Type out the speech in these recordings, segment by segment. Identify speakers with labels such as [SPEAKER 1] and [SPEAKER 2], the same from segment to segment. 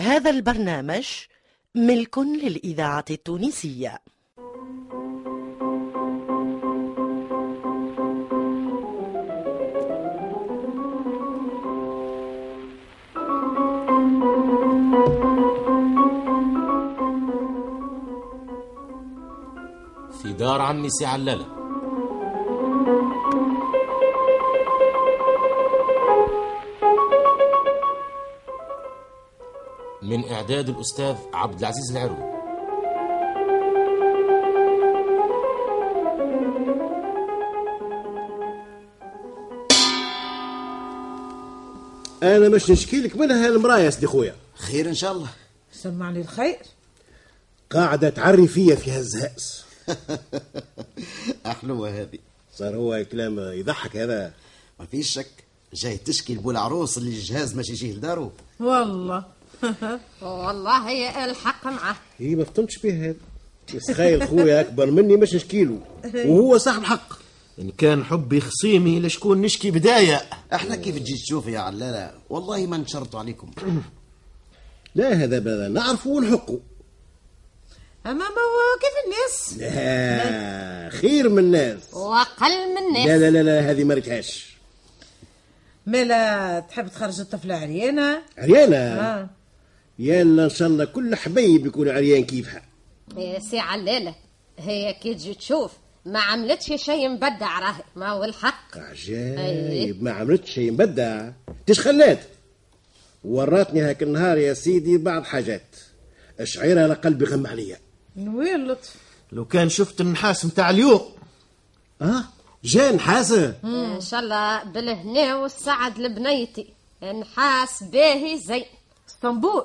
[SPEAKER 1] هذا البرنامج ملك للإذاعة التونسية
[SPEAKER 2] في دار عمي سي علالة من إعداد الأستاذ عبد العزيز العروي
[SPEAKER 3] انا مش نشكي لك منها المرايه يا سيدي خويا
[SPEAKER 4] خير ان شاء الله
[SPEAKER 5] سمع لي الخير
[SPEAKER 3] قاعده تعري فيا في هالزهاس
[SPEAKER 4] احلوها هذه
[SPEAKER 3] صار هو كلام يضحك هذا
[SPEAKER 4] ما فيش شك جاي تشكي لبو العروس اللي الجهاز ماشي يجيه لدارو
[SPEAKER 5] والله
[SPEAKER 6] والله يا الحق معه
[SPEAKER 3] هي ما فهمتش بيه هذا يسخايل خويا اكبر مني مش نشكيله وهو صاحب الحق
[SPEAKER 7] إن كان حبي خصيمي لشكون نشكي بداية
[SPEAKER 4] احنا كيف تجي تشوف يا علاله والله ما نشرطوا عليكم
[SPEAKER 3] لا هذا بلا نعرفه ونحقه
[SPEAKER 5] اما ما هو كيف الناس
[SPEAKER 3] لا خير من الناس
[SPEAKER 6] واقل من
[SPEAKER 3] لا
[SPEAKER 6] الناس
[SPEAKER 3] لا لا, لا هذه ما ركهاش
[SPEAKER 5] مالا تحب تخرج الطفله عريانه
[SPEAKER 3] عريانه
[SPEAKER 5] اه
[SPEAKER 3] يلا ان شاء الله كل حبيب يكون عريان كيفها
[SPEAKER 6] يا سي علالة هي كي تجي تشوف ما عملتش شي مبدع راهي ما هو الحق
[SPEAKER 3] آه.
[SPEAKER 6] أي.
[SPEAKER 3] عجايب ما عملتش شيء مبدع تش خلات وراتني هاك النهار يا سيدي بعض حاجات شعيرة على قلبي غم عليا
[SPEAKER 5] وين اللطف
[SPEAKER 7] لو كان شفت النحاس متاع اليوم
[SPEAKER 3] اه جان حاسة
[SPEAKER 6] ان شاء الله بالهنا والسعد لبنيتي نحاس باهي زي
[SPEAKER 5] اسطنبول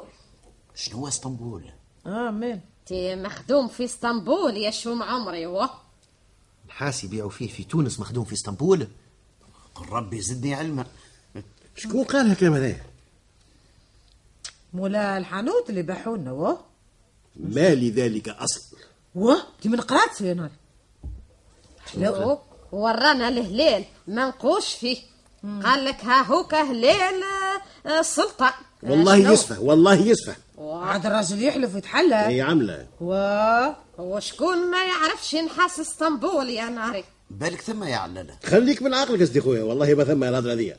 [SPEAKER 4] شنو هو اسطنبول
[SPEAKER 5] اه مال
[SPEAKER 6] تي مخدوم في اسطنبول يا شوم عمري هو
[SPEAKER 7] نحاس يبيعوا فيه في تونس مخدوم في اسطنبول
[SPEAKER 4] قل ربي زدني علما
[SPEAKER 3] شكون قال هالكلام هذا
[SPEAKER 5] مولا الحانوت اللي باعونا واه
[SPEAKER 3] ما لذلك اصل
[SPEAKER 5] واه دي من قرات يا نار
[SPEAKER 6] لو ورانا الهلال ما نقوش فيه قال لك ها هوك هلال آه، آه، سلطة آه، شنو؟
[SPEAKER 3] والله يسفه والله يسفه
[SPEAKER 5] عاد الراجل يحلف ويتحلى
[SPEAKER 3] هي عاملة
[SPEAKER 5] واه
[SPEAKER 6] وشكون ما يعرفش نحاس اسطنبول يا ناري
[SPEAKER 4] بالك ثم يا علاله
[SPEAKER 3] خليك من عقلك يا سيدي خويا والله ما ثم الهضره هذيا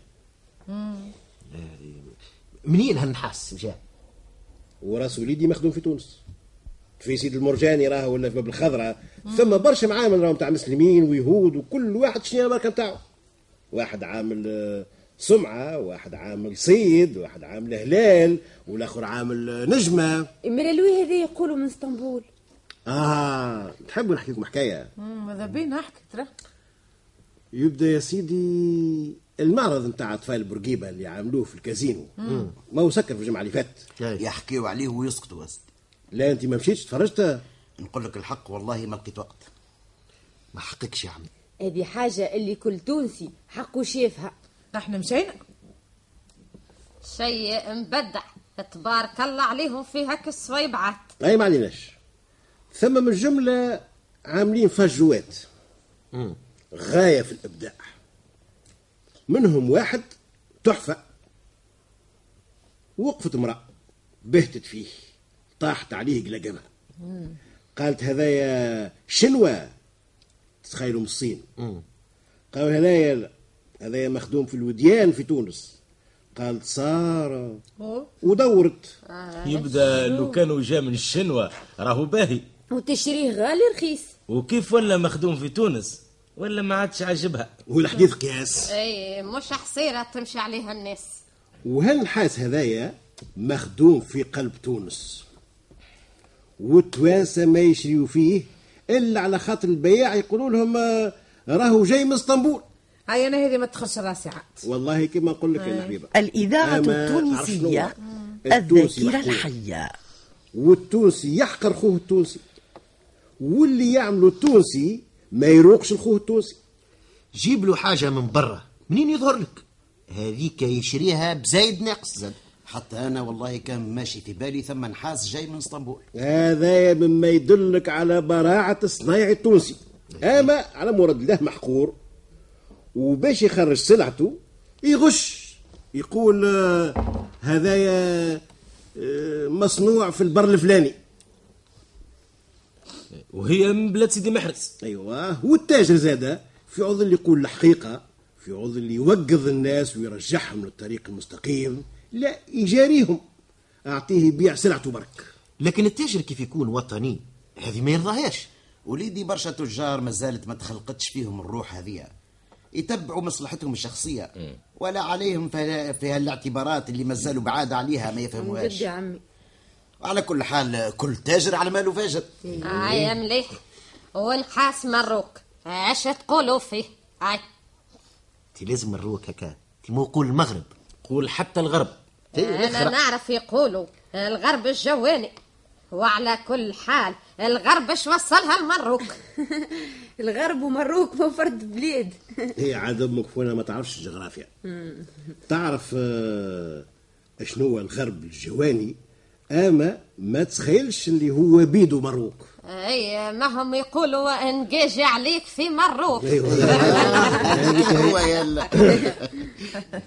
[SPEAKER 7] منين هالنحاس جاء
[SPEAKER 3] وراس وليدي مخدوم في تونس في سيد المرجاني راه ولا في باب الخضراء ثم برشا معامل راهم تاع مسلمين ويهود وكل واحد شنو الماركه نتاعو واحد عامل آه، سمعه واحد عامل صيد واحد عامل هلال والاخر عامل آه، نجمه
[SPEAKER 8] ملالوي هذا يقولوا من اسطنبول
[SPEAKER 3] اه تحبوا نحكي لكم حكايه
[SPEAKER 5] مم، ماذا بينا احكي ترى
[SPEAKER 3] يبدا يا سيدي المعرض نتاع اطفال بورقيبه اللي عملوه في الكازينو ما هو سكر في الجمعه اللي فاتت
[SPEAKER 4] يحكيو عليه ويسقطوا يا سيدي
[SPEAKER 3] لا انت ما مشيتش تفرجت
[SPEAKER 4] نقول لك الحق والله ما لقيت وقت
[SPEAKER 7] ما حقكش يا عمي
[SPEAKER 8] هذه حاجة اللي كل تونسي حقه شافها
[SPEAKER 5] احنا مشينا
[SPEAKER 6] شيء مبدع تبارك الله عليهم في هاك الصويبعات
[SPEAKER 3] اي ما عليناش ثم من الجمله عاملين فجوات غايه في الابداع منهم واحد تحفه وقفت امراه بهتت فيه طاحت عليه قلقمها قالت هذايا شنوة تخيلوا من الصين قالوا هنايا لا، هذايا مخدوم في الوديان في تونس قالت ساره
[SPEAKER 5] أوه.
[SPEAKER 3] ودورت
[SPEAKER 2] يبدا لو كانوا جا من الشنوة راهو باهي
[SPEAKER 8] وتشريه غالي رخيص
[SPEAKER 2] وكيف ولا مخدوم في تونس ولا ما عادش عاجبها
[SPEAKER 3] والحديث قياس
[SPEAKER 6] اي مش حصيرة تمشي عليها الناس
[SPEAKER 3] وهالنحاس هذايا مخدوم في قلب تونس والتوانسة ما يشريو فيه إلا على خاطر البياع يقولوا لهم آه، راهو جاي من اسطنبول
[SPEAKER 5] هاي انا هذه ما تخش راسي عاد
[SPEAKER 3] والله كما نقول لك يا حبيبة
[SPEAKER 1] الإذاعة
[SPEAKER 3] أما عرف شنو؟
[SPEAKER 1] التونسية
[SPEAKER 3] التونسي
[SPEAKER 1] الذاكرة
[SPEAKER 3] محبوب.
[SPEAKER 1] الحية
[SPEAKER 3] والتونسي يحقر خوه التونسي واللي يعملوا التونسي ما يروقش لخوه التونسي
[SPEAKER 7] جيب له حاجة من برا منين يظهر لك هذيك يشريها بزايد ناقص زاد
[SPEAKER 4] حتى انا والله كان ماشي في بالي ثم نحاس جاي من اسطنبول
[SPEAKER 3] هذا مما يدلك على براعة الصنايعي التونسي أما على مراد الله محقور وباش يخرج سلعته يغش يقول آه، هذايا آه، مصنوع في البر الفلاني
[SPEAKER 2] وهي من بلاد سيدي محرز
[SPEAKER 3] ايوه والتاجر زاده في عوض اللي يقول الحقيقه في عوض اللي يوقظ الناس ويرجعهم للطريق المستقيم لا يجاريهم اعطيه يبيع سلعته برك
[SPEAKER 7] لكن التاجر كيف يكون وطني هذه ما يرضاهاش
[SPEAKER 4] وليدي برشا تجار مازالت ما تخلقتش فيهم الروح هذية يتبعوا مصلحتهم الشخصية ولا عليهم في في هالاعتبارات اللي مازالوا بعاد عليها ما يفهموهاش
[SPEAKER 8] جد يا عمي
[SPEAKER 4] على كل حال كل تاجر على ماله فاجر
[SPEAKER 6] هاي يا مليح والحاس مروك اش تقولوا فيه هاي
[SPEAKER 7] انت لازم نروك هكا انت مو قول المغرب
[SPEAKER 2] قول حتى الغرب
[SPEAKER 6] انا نعرف يقولوا الغرب الجواني وعلى كل حال الغرب اش وصلها المروك
[SPEAKER 8] الغرب ومروك ما فرد بلاد
[SPEAKER 3] هي عاد امك فوانا ما تعرفش الجغرافيا تعرف آه، شنو الغرب الجواني اما ما تسخيلش اللي هو بيدو مروك
[SPEAKER 6] اي ما هم يقولوا انجيجي عليك في مروك
[SPEAKER 4] هو يا ال-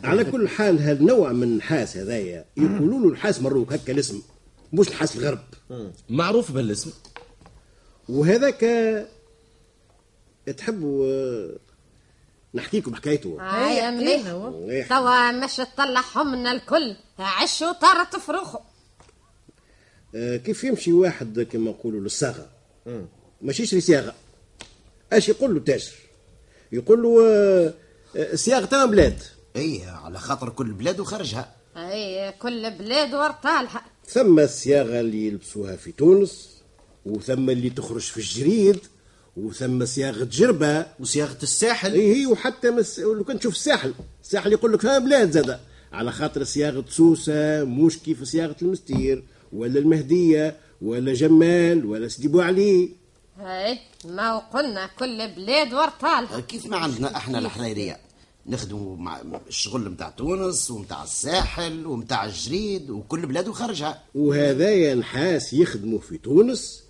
[SPEAKER 3] على كل حال هالنوع من النحاس هذايا يقولوا له الحاس مروك هكا الاسم مش نحاس الغرب
[SPEAKER 2] معروف بهالاسم
[SPEAKER 3] وهذاك تحبوا آه، نحكيكم حكايته
[SPEAKER 6] هاي
[SPEAKER 5] إيه.
[SPEAKER 6] يا مليح
[SPEAKER 3] مليح.
[SPEAKER 6] توا مش تطلعهم من الكل عشوا طارت فروخو
[SPEAKER 3] آه، كيف يمشي واحد كما نقولوا للصاغه ماشي يشري صياغه اش يقول له التاجر يقول له آه، آه، صياغه تمام بلاد
[SPEAKER 4] ايه على خاطر كل بلاد وخرجها
[SPEAKER 6] اي كل بلاد ورطالها
[SPEAKER 3] ثم الصياغه اللي يلبسوها في تونس وثم اللي تخرج في الجريد وثم صياغه جربه
[SPEAKER 4] وصياغة الساحل
[SPEAKER 3] اي هي وحتى مس... لو كان تشوف الساحل الساحل يقول لك ها بلاد زاد على خاطر صياغه سوسه مش كيف صياغه المستير ولا المهديه ولا جمال ولا سيدي بو علي
[SPEAKER 6] اي ما قلنا كل بلاد ورطالها
[SPEAKER 4] كيف ما عندنا احنا الحريرية نخدموا مع الشغل متاع تونس ومتاع الساحل ومتاع الجريد وكل بلاد وخرجها
[SPEAKER 3] وهذايا نحاس يخدموا في تونس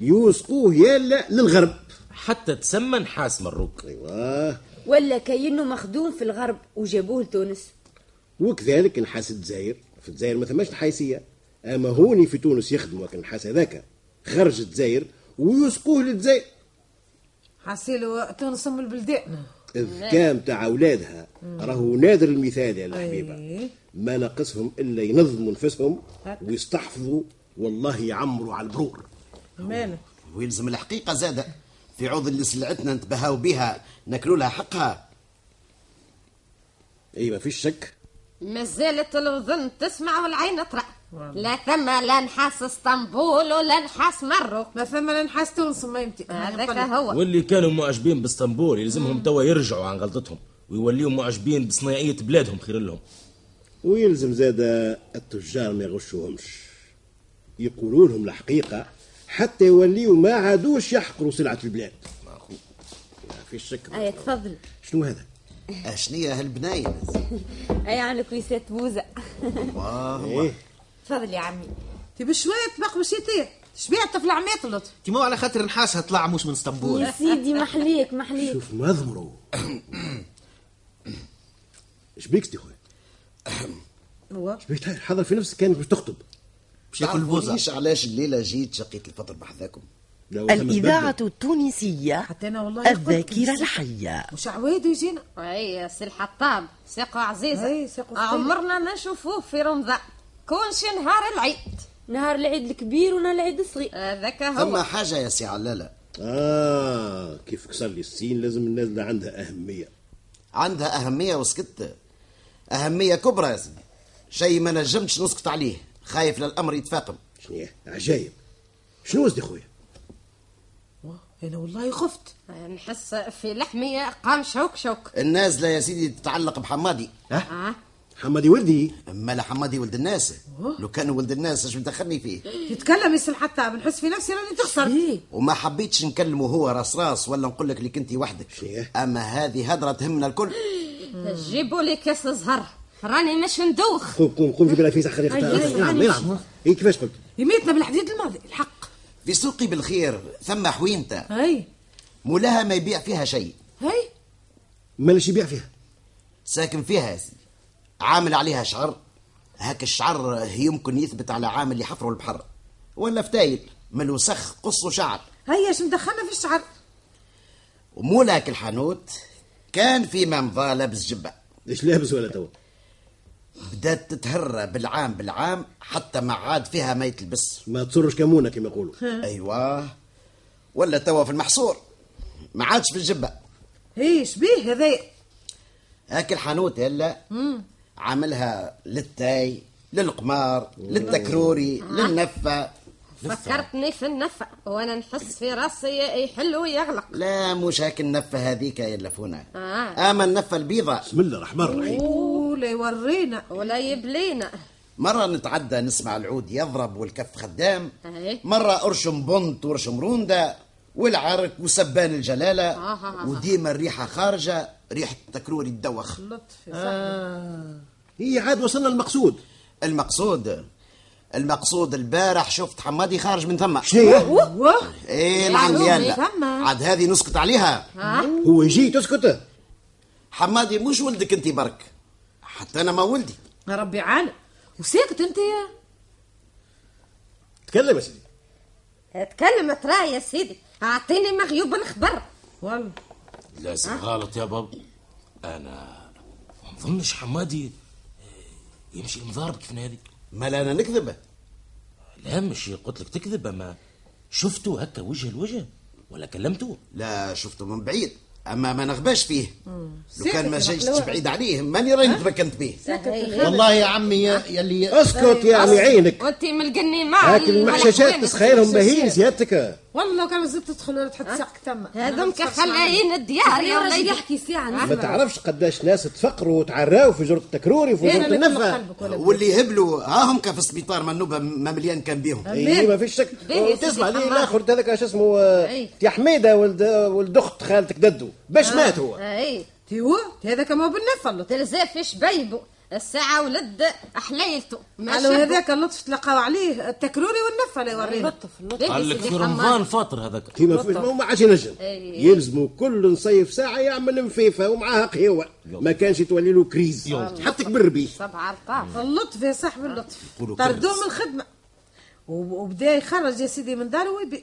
[SPEAKER 3] يوثقوه يالا للغرب
[SPEAKER 2] حتى تسمى نحاس مروك
[SPEAKER 3] ايوه
[SPEAKER 8] ولا كأنه مخدوم في الغرب وجابوه لتونس
[SPEAKER 3] وكذلك نحاس الجزائر في الجزائر ما ثماش نحاسيه اما هوني في تونس يخدموا كان نحاس هذاك خرج الجزائر ويوثقوه للجزائر
[SPEAKER 5] حاسيلو تونس ام البلدان
[SPEAKER 3] الذكاء متاع اولادها راهو نادر المثال يا الحبيبه
[SPEAKER 5] أي.
[SPEAKER 3] ما ناقصهم الا ينظموا نفسهم ويستحفظوا والله يعمروا على البرور
[SPEAKER 5] ماله
[SPEAKER 4] ويلزم الحقيقة زادة في عوض اللي سلعتنا نتبهاو بها ناكلوا لها حقها
[SPEAKER 3] اي ما فيش أيوة، شك
[SPEAKER 6] مازالت الأذن تسمع والعين ترى لا ثم لا نحاس اسطنبول ولا نحاس مروك
[SPEAKER 5] ما ثم لا نحاس تونس ما يمتي
[SPEAKER 6] هذاك هو
[SPEAKER 2] واللي كانوا معجبين باسطنبول يلزمهم توا يرجعوا عن غلطتهم ويوليوا معجبين بصناعية بلادهم خير لهم
[SPEAKER 3] ويلزم زاد التجار ما يغشوهمش يقولوا لهم الحقيقه حتى يوليوا ما عادوش يحقروا سلعه البلاد ما فيش شك
[SPEAKER 8] أي تفضل
[SPEAKER 3] شنو هذا
[SPEAKER 4] اشنية هالبناية
[SPEAKER 8] أي عندك ويسات بوزة
[SPEAKER 3] إيه؟
[SPEAKER 8] تفضل يا عمي
[SPEAKER 5] تي بشويه تبقى مشي طير شبيع طفل عميت اللطف
[SPEAKER 7] انت مو على خاطر نحاسها طلع مش من اسطنبول
[SPEAKER 8] يا
[SPEAKER 4] إيه.
[SPEAKER 8] سيدي محليك محليك
[SPEAKER 3] إيه، شوف ما ضمروا شبيك سيدي خويا
[SPEAKER 5] هو
[SPEAKER 3] شبيك حضر في نفسك كانك باش تخطب
[SPEAKER 7] باش ياكل بوزه
[SPEAKER 4] ليش علاش الليلة جيت شقيت الفطر بحذاكم
[SPEAKER 3] لا، هو ثم
[SPEAKER 1] الإذاعة التونسية
[SPEAKER 5] حتى أنا والله قلت
[SPEAKER 1] الذاكرة
[SPEAKER 5] نسيت.
[SPEAKER 1] الحية
[SPEAKER 5] وش عواد يجينا
[SPEAKER 6] اي سي الحطاب ساقو عزيزة
[SPEAKER 5] أي، ساقو فتيل.
[SPEAKER 6] عمرنا ما نشوفوه في رمضان كون شي نهار العيد
[SPEAKER 8] نهار العيد الكبير ونهار العيد الصغير
[SPEAKER 6] هذاك
[SPEAKER 4] ثم
[SPEAKER 6] هو
[SPEAKER 4] حاجة يا سي علالة
[SPEAKER 3] آه كيف كسر لي السين لازم النازلة عندها أهمية
[SPEAKER 4] عندها أهمية وسكت أهمية كبرى يا سيدي شيء ما نجمتش نسكت عليه خايف للأمر يتفاقم
[SPEAKER 3] شنو هي؟ عجايب شنو قصدي خويا؟
[SPEAKER 5] انا والله خفت
[SPEAKER 6] نحس في لحمي قام شوك شوك
[SPEAKER 4] النازلة يا سيدي تتعلق بحمادي
[SPEAKER 3] حمادي ولدي
[SPEAKER 4] أما لا حمادي ولد الناس لو كان ولد الناس اش مدخلني فيه
[SPEAKER 5] يتكلم يسل حتى بنحس في نفسي راني تخسر
[SPEAKER 4] وما حبيتش نكلمه هو راس راس ولا نقول لك اللي كنتي وحدك
[SPEAKER 3] شيه؟
[SPEAKER 4] اما هذه هدره تهمنا الكل
[SPEAKER 6] جيبوا لي كاس زهر راني مش ندوخ
[SPEAKER 3] قوم قوم قوم جيب لها فيس خليك
[SPEAKER 8] أيوة،
[SPEAKER 3] نعم نعم اي كيفاش قلت؟
[SPEAKER 5] يميتنا بالحديد الماضي الحق
[SPEAKER 4] في سوقي بالخير ثم حوينته
[SPEAKER 5] هاي
[SPEAKER 4] مولاها ما يبيع فيها شيء
[SPEAKER 5] هاي
[SPEAKER 3] ما لاش يبيع فيها
[SPEAKER 4] ساكن فيها يا سيدي عامل عليها شعر هاك الشعر يمكن يثبت على عامل يحفروا البحر ولا فتايل من الوسخ قص شعر
[SPEAKER 5] هيا اش مدخلنا في الشعر
[SPEAKER 4] ومولاك الحانوت كان فيما مضى لابس جبه
[SPEAKER 3] ايش لابس ولا توا
[SPEAKER 4] بدات تتهرى بالعام بالعام حتى ما عاد فيها ما يتلبس
[SPEAKER 3] ما تصرش كمونه كما يقولوا
[SPEAKER 6] إيه.
[SPEAKER 4] ايوه ولا توا في المحصور ما عادش في الجبه
[SPEAKER 5] ايش بيه هذايا
[SPEAKER 4] هاك الحانوت هلا عاملها للتاي للقمار للتكروري
[SPEAKER 6] آه.
[SPEAKER 4] للنفه
[SPEAKER 6] فكرتني في النفع وانا نحس في راسي يحل ويغلق
[SPEAKER 4] لا مش هاك النفه هذيك يا لفونه
[SPEAKER 6] آه.
[SPEAKER 4] اما النفه البيضاء
[SPEAKER 3] بسم الله الرحمن الرحيم
[SPEAKER 5] ولا يورينا
[SPEAKER 6] ولا يبلينا
[SPEAKER 4] مرة نتعدى نسمع العود يضرب والكف خدام
[SPEAKER 6] أي.
[SPEAKER 4] مرة أرشم بنط وأرشم روندة والعرك وسبان الجلالة
[SPEAKER 6] آه، آه، آه.
[SPEAKER 4] وديما الريحة خارجة ريحة التكرور يتدوخ
[SPEAKER 5] لطفي صح
[SPEAKER 3] هي عاد وصلنا المقصود
[SPEAKER 4] المقصود المقصود البارح شفت حمادي خارج من ثم
[SPEAKER 3] شنو
[SPEAKER 5] واه
[SPEAKER 4] ايه
[SPEAKER 6] يا
[SPEAKER 4] العم
[SPEAKER 6] عمي،
[SPEAKER 4] يالا
[SPEAKER 5] ثما.
[SPEAKER 4] عاد هذه نسكت عليها
[SPEAKER 3] هو يجي تسكت
[SPEAKER 4] حمادي مش ولدك انت برك حتى انا ما ولدي
[SPEAKER 5] ربي عالم وساكت انت يا
[SPEAKER 3] تكلم يا سيدي
[SPEAKER 6] تكلم ترى يا سيدي اعطيني مغيوب الخبر
[SPEAKER 5] والله
[SPEAKER 2] لازم غلط يا باب انا ما نظنش حمادي آه، يمشي مضاربك في هذه
[SPEAKER 4] مال انا نكذب
[SPEAKER 2] لا مش قلت لك تكذب اما شفته هكا وجه لوجه ولا كلمته
[SPEAKER 4] لا شفته من بعيد اما ما نغباش فيه لو كان ما
[SPEAKER 5] ساكت يا
[SPEAKER 4] جيش
[SPEAKER 5] مخلوع.
[SPEAKER 4] بعيد عليه ماني راني تمكنت به
[SPEAKER 7] والله يا عمي يا
[SPEAKER 3] إيه،
[SPEAKER 7] يلي
[SPEAKER 3] اسكت يا عمي عينك
[SPEAKER 6] وانت ملقني معه
[SPEAKER 3] هاك المحشاشات تسخيرهم باهين سيادتك
[SPEAKER 5] والله لو كان زدت تدخل ولا تحط ساعة تما
[SPEAKER 6] هذوك خلايين الديار
[SPEAKER 8] يا
[SPEAKER 6] يا
[SPEAKER 8] راجل
[SPEAKER 6] وليدي
[SPEAKER 8] يحكي ساعة
[SPEAKER 3] ما تعرفش قداش ناس تفقروا وتعراوا في جرة التكروري وفي
[SPEAKER 5] انا
[SPEAKER 3] جرة
[SPEAKER 5] اللي تملق
[SPEAKER 3] النفع
[SPEAKER 5] قلبك ولا
[SPEAKER 4] واللي يهبلوا ها هم كان في السبيطار منوبه ما مليان كان بيهم
[SPEAKER 3] اي ما فيش شك
[SPEAKER 6] بيه يا
[SPEAKER 3] تسمع
[SPEAKER 6] سيدي
[SPEAKER 3] لي
[SPEAKER 6] حمار.
[SPEAKER 3] الاخر هذاك شو اسمه آه،
[SPEAKER 6] أي.
[SPEAKER 3] يا حميده ولد ولد اخت خالتك ددو باش
[SPEAKER 6] آه.
[SPEAKER 3] مات هو
[SPEAKER 6] اي
[SPEAKER 5] تي هو تي هذاك ما هو بالنفع اللطف
[SPEAKER 6] تلزاف شبيبو الساعة ولد حليلته ما
[SPEAKER 5] قالوا
[SPEAKER 6] شافه.
[SPEAKER 5] هذاك اللطف تلقاو عليه التكروري والنفع اللي يورينا لطف
[SPEAKER 6] ليه
[SPEAKER 2] قال لك
[SPEAKER 6] سيدي
[SPEAKER 2] في
[SPEAKER 6] حمار؟
[SPEAKER 2] رمضان فاطر هذاك
[SPEAKER 3] كي ما فيش ما هو ما عادش ينجم يلزموا كل نصيف ساعه يعمل مفيفه ومعاها قهوه ما كانش يتولي له كريز حطك بالربيع
[SPEAKER 6] سبعة رطاف
[SPEAKER 5] اللطف يا صاحبي اللطف
[SPEAKER 4] يقولوا
[SPEAKER 5] طردوه
[SPEAKER 4] كرز.
[SPEAKER 5] من الخدمة وب- وبدا يخرج يا سيدي من داره ويبيع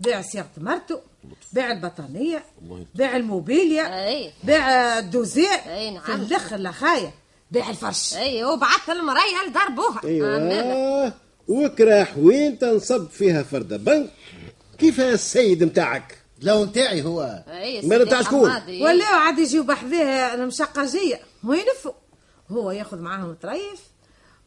[SPEAKER 5] بيع سيارة مرته بيع البطانية بيع الموبيليا
[SPEAKER 6] أي.
[SPEAKER 5] بيع الدوزاء
[SPEAKER 6] أي نعم.
[SPEAKER 5] في الأخر لخايا بيع الفرش
[SPEAKER 6] اي وبعث المراية لدار بوها عمالة.
[SPEAKER 3] ايوه وكره وين تنصب فيها فرده بنك كيف السيد نتاعك
[SPEAKER 7] لو نتاعي هو
[SPEAKER 6] اي
[SPEAKER 3] ما
[SPEAKER 6] سيدي
[SPEAKER 3] بتاع شكون؟
[SPEAKER 6] حمادي.
[SPEAKER 5] ولا عاد يجيو بحذاه المشقجية وينفوا هو ياخذ معاهم طريف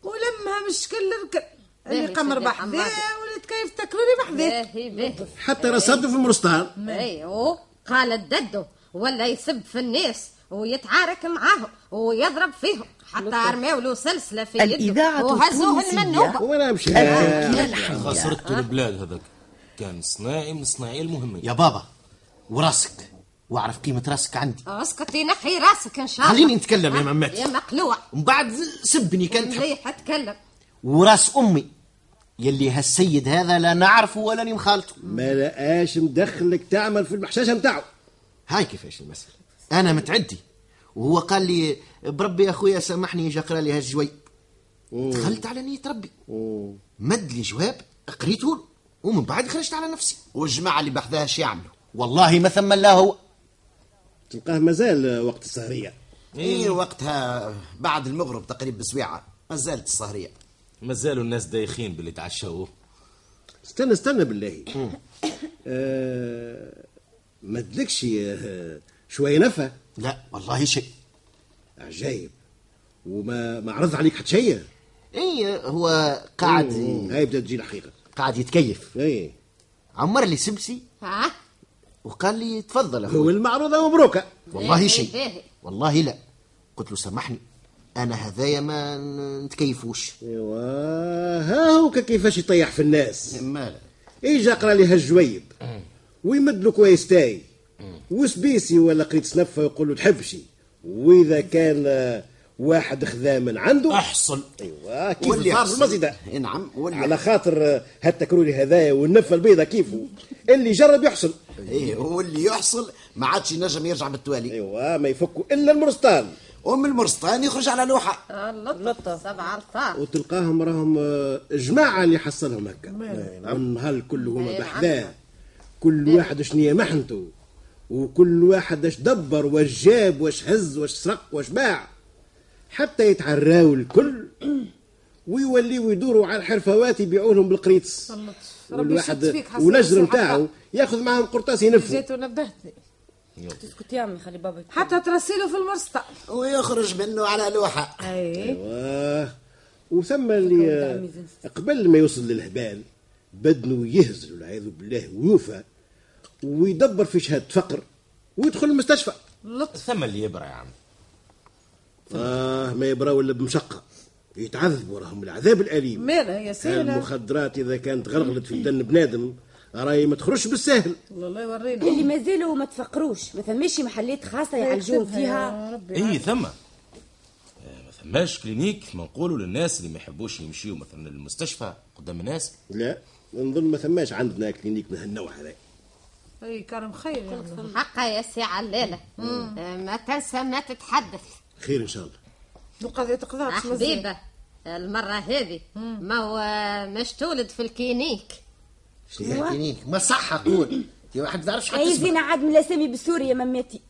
[SPEAKER 5] ولمها مش كل الكل اللي
[SPEAKER 6] باهي
[SPEAKER 5] قمر
[SPEAKER 6] سيدي
[SPEAKER 5] بحذاه
[SPEAKER 6] حمادي.
[SPEAKER 5] واللي تكيف تكروني بحذاه
[SPEAKER 6] باهي باهي
[SPEAKER 3] حتى رصدته في المرستان
[SPEAKER 6] اي و قال الددو ولا يسب في الناس ويتعارك معاهم ويضرب فيهم حتى رماو له سلسله في
[SPEAKER 1] الإذاعة
[SPEAKER 6] يده وهزوه
[SPEAKER 1] التونسية.
[SPEAKER 6] المنوبه
[SPEAKER 3] وانا نمشي
[SPEAKER 1] آه.
[SPEAKER 7] يعني؟
[SPEAKER 2] خسرته البلاد هذاك كان صناعي من صناعي المهمين
[SPEAKER 7] يا بابا وراسك واعرف قيمة راسك عندي
[SPEAKER 6] اسكت نحي راسك ان شاء الله
[SPEAKER 7] خليني نتكلم يا مماتي.
[SPEAKER 6] يا مقلوع
[SPEAKER 7] ومن بعد سبني كان تحب.
[SPEAKER 6] مليح اتكلم
[SPEAKER 7] وراس امي يلي هالسيد هذا لا نعرفه ولا أنا مخالطه
[SPEAKER 3] ما لقاش مدخلك تعمل في المحشاشه نتاعو
[SPEAKER 7] هاي كيفاش المسألة أنا متعدي وهو قال لي بربي أخويا سامحني اجي أقرأ لي هالجوي دخلت على نية ربي مد لي جواب قريته له ومن بعد خرجت على نفسي
[SPEAKER 4] والجماعه اللي بحذاها شي يعملوا
[SPEAKER 7] والله ما ثم لا هو
[SPEAKER 3] تلقاه مازال وقت السهريه
[SPEAKER 4] ايه وقتها بعد المغرب تقريبا بسويعه ما زالت السهريه
[SPEAKER 2] مازالوا الناس دايخين باللي تعشوا
[SPEAKER 3] استنى استنى بالله آه، ما تدلكش آه، شويه نفى
[SPEAKER 7] لا والله شيء
[SPEAKER 3] عجايب وما ما عرض عليك حتى شيء
[SPEAKER 7] اي
[SPEAKER 4] إيه،
[SPEAKER 7] هو قاعد
[SPEAKER 3] هاي بدات تجي الحقيقه
[SPEAKER 7] قاعد يتكيف
[SPEAKER 3] اي
[SPEAKER 7] عمر لي سبسي
[SPEAKER 6] ها
[SPEAKER 7] وقال لي تفضل اخويا
[SPEAKER 3] هو المعروضه مبروكه
[SPEAKER 7] والله
[SPEAKER 6] باهي
[SPEAKER 7] شيء
[SPEAKER 6] باهي.
[SPEAKER 7] والله لا قلت له سامحني انا هذايا ما ن- نتكيفوش
[SPEAKER 3] ايوا أيوة. ها هو كيفاش يطيح في الناس
[SPEAKER 4] مالا
[SPEAKER 3] اجا قرا لي هالجويب ويمد له كويس تاي وسبيسي ولا قريت سنفه يقول له تحبشي واذا كان آه، واحد خذا من عنده
[SPEAKER 2] احصل
[SPEAKER 3] ايوا كيف صار في المزيده
[SPEAKER 4] إيه نعم واللي
[SPEAKER 3] على خاطر هالتكروري هذايا والنفه البيضة كيفه اللي جرب يحصل
[SPEAKER 4] إيه، ايه واللي يحصل ما عادش ينجم يرجع بالتوالي
[SPEAKER 3] أيوة. ايوا ما يفكوا الا المرستان
[SPEAKER 4] ام المرستان يخرج على لوحه
[SPEAKER 6] آه، اللطف سبعة الفار
[SPEAKER 3] وتلقاهم راهم آه، جماعه اللي حصلهم هكا
[SPEAKER 5] نعم.
[SPEAKER 3] إيه، نعم. عم النهار الكل هما
[SPEAKER 5] إيه،
[SPEAKER 6] مم.
[SPEAKER 3] بحذاه كل واحد شنيا محنته وكل واحد اش دبر واش جاب واش هز واش سرق واش باع حتى يتعراو الكل ويوليو يدوروا على الحرفوات يبيعوا لهم بالقريص
[SPEAKER 5] اللطف. ربي يشد
[SPEAKER 3] والواحد
[SPEAKER 5] فيك حسن
[SPEAKER 3] والأجر
[SPEAKER 5] نصيحة.
[SPEAKER 3] نتاعو ياخذ معاهم قرطاس ينفوا
[SPEAKER 5] جيت ونبهتني
[SPEAKER 8] تسكت يا عمي خلي بابا يتكلم.
[SPEAKER 5] حتى ترسيله في المرصد
[SPEAKER 4] ويخرج منه على لوحه
[SPEAKER 5] اي
[SPEAKER 3] ايوه وثم اللي آه، قبل ما يوصل للهبال بدنو يهزل والعياذ بالله ويوفى ويدبر في شهاده فقر ويدخل المستشفى
[SPEAKER 5] لطف
[SPEAKER 2] ثم اللي يبرى يا عم
[SPEAKER 3] اه ما يبراو الا بمشقه يتعذبوا راهم العذاب الاليم
[SPEAKER 5] مالا يا سهلة
[SPEAKER 3] المخدرات اذا كانت غلغلت في بدن بنادم راهي ما تخرجش بالساهل
[SPEAKER 5] الله يورينا
[SPEAKER 8] اللي مازالوا ما تفقروش ما ثماش محلات خاصه يعالجوهم فيها
[SPEAKER 5] يا ربي
[SPEAKER 2] اي إيه، ثم آه، ما ثماش كلينيك ما نقولوا للناس اللي ما يحبوش يمشيوا مثلا للمستشفى قدام الناس
[SPEAKER 3] لا نظن ما ثماش عندنا كلينيك من هالنوع هذا
[SPEAKER 5] اي كان مخير يعني.
[SPEAKER 6] حقا يا سي علالة آه، ما تنسى ما تتحدث
[SPEAKER 3] خير ان شاء الله
[SPEAKER 5] نقضي تقضى
[SPEAKER 6] حبيبة المرة هذه ما هو مش تولد في الكلينيك
[SPEAKER 7] شنو يحكينيك ما صح اقول يا واحد ما تعرفش
[SPEAKER 8] اي
[SPEAKER 7] حتى
[SPEAKER 8] زينه عاد من الاسامي بالسوري يا مماتي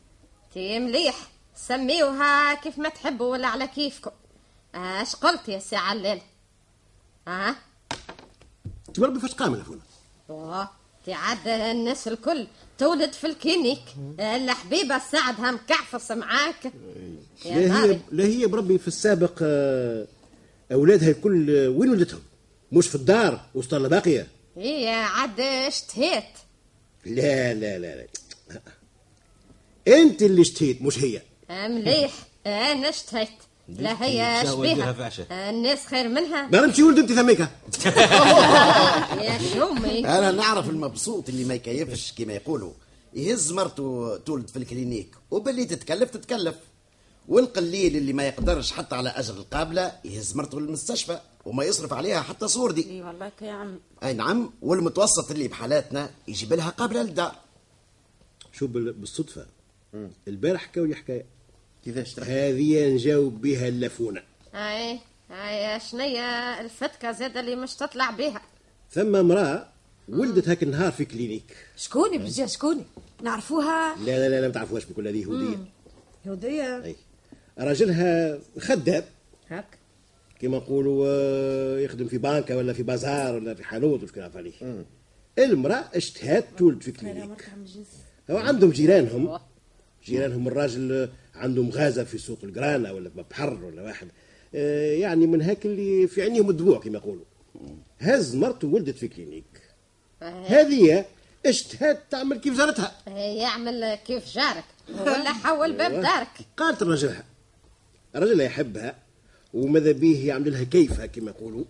[SPEAKER 6] تي مليح سميوها كيف ما تحبوا ولا على كيفكم آه، اش قلت يا آه؟ سي علالة ها
[SPEAKER 3] تبربي فاش قامل فونا
[SPEAKER 6] آه. تي عاد الناس الكل تولد في الكلينيك آه، الحبيبة ساعدها مكعفص معاك يا
[SPEAKER 3] لا هي
[SPEAKER 6] ناري.
[SPEAKER 3] لا هي بربي في السابق آه، اولادها الكل آه، وين ولدتهم؟ مش في الدار وسط الله باقيه؟
[SPEAKER 6] هي عاد اشتهيت
[SPEAKER 3] لا لا لا لا انت اللي شتيت مش هي
[SPEAKER 6] آه، مليح انا اشتهيت لا هي
[SPEAKER 2] متشاور بها
[SPEAKER 6] شبيها
[SPEAKER 2] فعشة.
[SPEAKER 6] الناس خير منها
[SPEAKER 3] ما رمشي ولد انت ثميكه
[SPEAKER 6] يا شومي
[SPEAKER 4] انا نعرف المبسوط اللي ما يكيفش كما يقولوا يهز مرته تولد في الكلينيك وباللي تتكلف تتكلف والقليل اللي ما يقدرش حتى على اجر القابله يهز مرته للمستشفى وما يصرف عليها حتى صوردي
[SPEAKER 8] اي والله يا عمي
[SPEAKER 4] اي نعم والمتوسط اللي بحالاتنا يجيب لها قابله للدار
[SPEAKER 3] شوف بال- بالصدفه البارح حكاوا لي حكايه
[SPEAKER 7] كيفاش تحكي؟
[SPEAKER 3] هذه نجاوب بها اللفونه
[SPEAKER 6] هاي هاي شنيا الفتكه زاد اللي مش تطلع بها
[SPEAKER 3] ثم امراه ولدت هاك النهار في كلينيك
[SPEAKER 5] شكوني بجا شكوني
[SPEAKER 8] نعرفوها
[SPEAKER 3] لا لا لا, لا ما تعرفوهاش بكل هذه يهوديه
[SPEAKER 5] يهودية
[SPEAKER 3] اي راجلها خدام
[SPEAKER 5] هك
[SPEAKER 3] كما نقولوا آه، يخدم في بنكة ولا في بازار ولا في حانوت وش كان عليه المرأة اشتهت تولد في كلينيك هو عندهم جيرانهم جيرانهم الراجل آه، عنده مغازة في سوق القرانة ولا في بحر ولا واحد آه، يعني من هاك اللي في عينيهم الدموع كما يقولوا هز مرته ولدت في كلينيك هذه اشتهت تعمل كيف جارتها
[SPEAKER 6] هي آه، يعمل كيف جارك ولا حول باب دارك
[SPEAKER 3] قالت لرجلها الرجل يحبها وماذا به يعمل لها كيفها كما يقولوا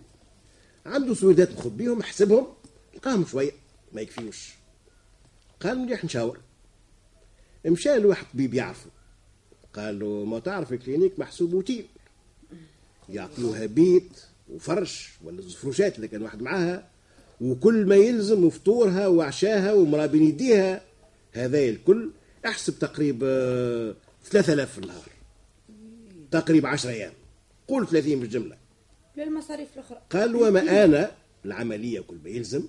[SPEAKER 3] عنده سويدات مخبيهم حسبهم لقاهم شويه ما يكفيوش قال مليح نشاور مشى لواحد طبيب يعرفه قال له ما تعرف الكلينيك محسوب اوتيل يعطيوها بيت وفرش ولا الزفروشات اللي كان واحد معاها وكل ما يلزم وفطورها وعشاها ومرا بين يديها هذا الكل احسب تقريب آه، 3000 في النهار تقريب 10 ايام قول 30 بالجمله
[SPEAKER 8] للمصاريف الاخرى
[SPEAKER 3] قال وما انا العمليه كل ما يلزم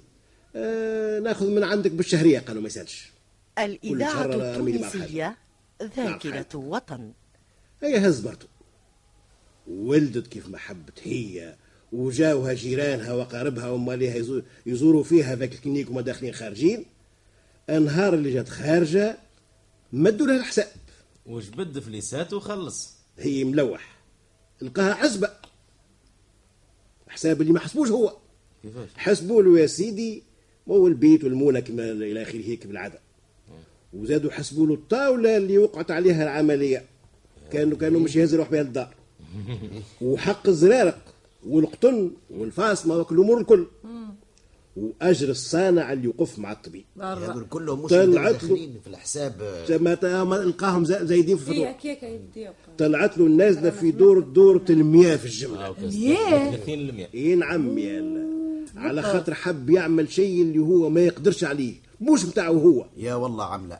[SPEAKER 3] آه ناخذ من عندك بالشهريه قالوا ما يسالش
[SPEAKER 1] الإذاعة
[SPEAKER 3] شهر أنا أرمي لي مع نعم،
[SPEAKER 1] التونسية ذاكرة وطن
[SPEAKER 3] هي هز برضو ولدت كيف ما حبت هي وجاوها جيرانها وقاربها وما ليها يزو- يزوروا فيها ذاك الكلينيك وما داخلين خارجين النهار اللي جات خارجه مدوا لها الحساب
[SPEAKER 2] وجبد فليسات وخلص
[SPEAKER 3] هي ملوح لقاها عزبه حساب اللي ما حسبوش هو
[SPEAKER 2] كيفاش
[SPEAKER 3] حسبوا له يا سيدي هو البيت والمونه كما الى اخره هيك بالعاده وزادوا حسبوا له الطاوله اللي وقعت عليها العمليه كانوا كانوا مش يهز يروح بها للدار وحق الزرارق والقطن والفاصمه وكل الامور الكل واجر الصانع اللاللي يقف مع الطبيب
[SPEAKER 4] هذول كلهم مش
[SPEAKER 3] طلعت له.
[SPEAKER 4] داخلين في الحساب
[SPEAKER 3] لما لقاهم زا- زايدين في
[SPEAKER 8] هي
[SPEAKER 3] الفطور
[SPEAKER 8] هكاك يبداو
[SPEAKER 3] طلعت له النازله في دور دور المياه في الجمله
[SPEAKER 2] آه، وكاس.
[SPEAKER 5] ياه.
[SPEAKER 2] 30%
[SPEAKER 3] اي نعم يا ال- على خاطر حب يعمل شيء اللي هو ما يقدرش عليه مش متاعه هو
[SPEAKER 4] يا والله عمله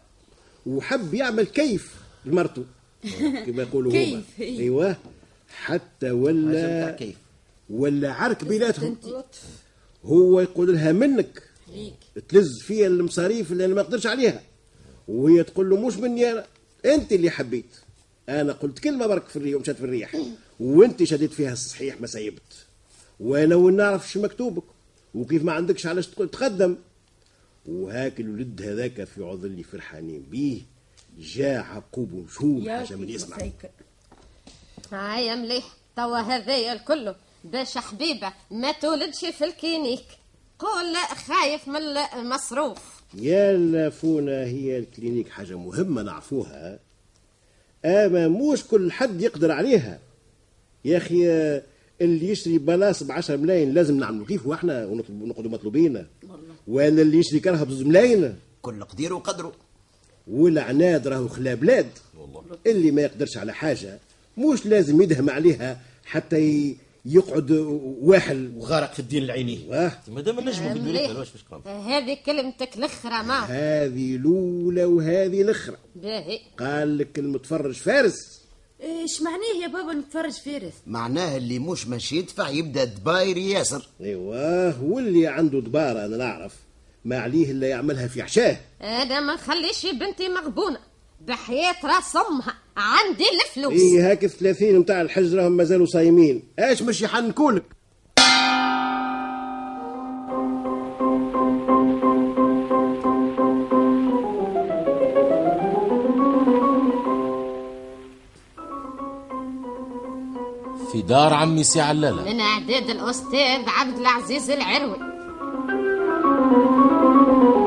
[SPEAKER 3] وحب يعمل كيف لمرته كما يقولوا هما
[SPEAKER 8] كيف؟
[SPEAKER 3] ايوه حتى
[SPEAKER 7] عجب تاع
[SPEAKER 3] ولا
[SPEAKER 7] كيف
[SPEAKER 3] ولا عرك بيناتهم هو يقول لها منك تلز فيها المصاريف اللي انا ما اقدرش عليها وهي تقول له مش مني انا انت اللي حبيت انا قلت كلمه برك في الريح ومشات في الريح وانت شديت فيها الصحيح ما سيبت وانا وين نعرف شو مكتوبك وكيف ما عندكش علاش تق- تقدم وهاك الولد هذاك في عوض اللي فرحانين بيه جا عقوب ومشهور حاجه من يسمع
[SPEAKER 6] هاي مليح توا هذايا الكل باش حبيبه ما تولدش في الكلينيك قول لا خايف من المصروف
[SPEAKER 3] يا لافونا هي الكلينيك حاجة مهمة نعرفوها أما مش كل حد يقدر عليها يا أخي آه، اللي يشري بلاص ب 10 ملايين لازم نعملوا كيف احنا ونقعدوا مطلوبين ولا اللي يشري كرهه بزوز ملايين
[SPEAKER 7] كل قدير وقدره
[SPEAKER 3] والعناد راهو خلا بلاد اللي ما يقدرش على حاجة مش لازم يدهم عليها حتى ي- يقعد واحل
[SPEAKER 2] وغارق في الدين العيني
[SPEAKER 3] واه
[SPEAKER 2] مادام النجم قدو لك
[SPEAKER 6] آه، مليح
[SPEAKER 2] علاش باش قام
[SPEAKER 6] هذه كلمتك الاخرى ما
[SPEAKER 3] هذه الأولى وهذه الأخرى
[SPEAKER 6] باهي
[SPEAKER 3] قال لك المتفرج فارس
[SPEAKER 8] ايش معناه يا بابا نتفرج فارس
[SPEAKER 4] معناه اللي مش ماشي يدفع يبدا دباير ياسر
[SPEAKER 3] ايوه واللي عنده دبارة انا نعرف ما عليه الا يعملها في عشاه
[SPEAKER 6] انا ما نخليش بنتي مغبونه بحياه راس امها عندي الفلوس
[SPEAKER 3] ايه هاك الثلاثين متاع الحج راهم مازالوا صايمين ايش مش يحنكولك
[SPEAKER 2] في دار عمي سي علالة
[SPEAKER 6] من اعداد الاستاذ عبد العزيز العروي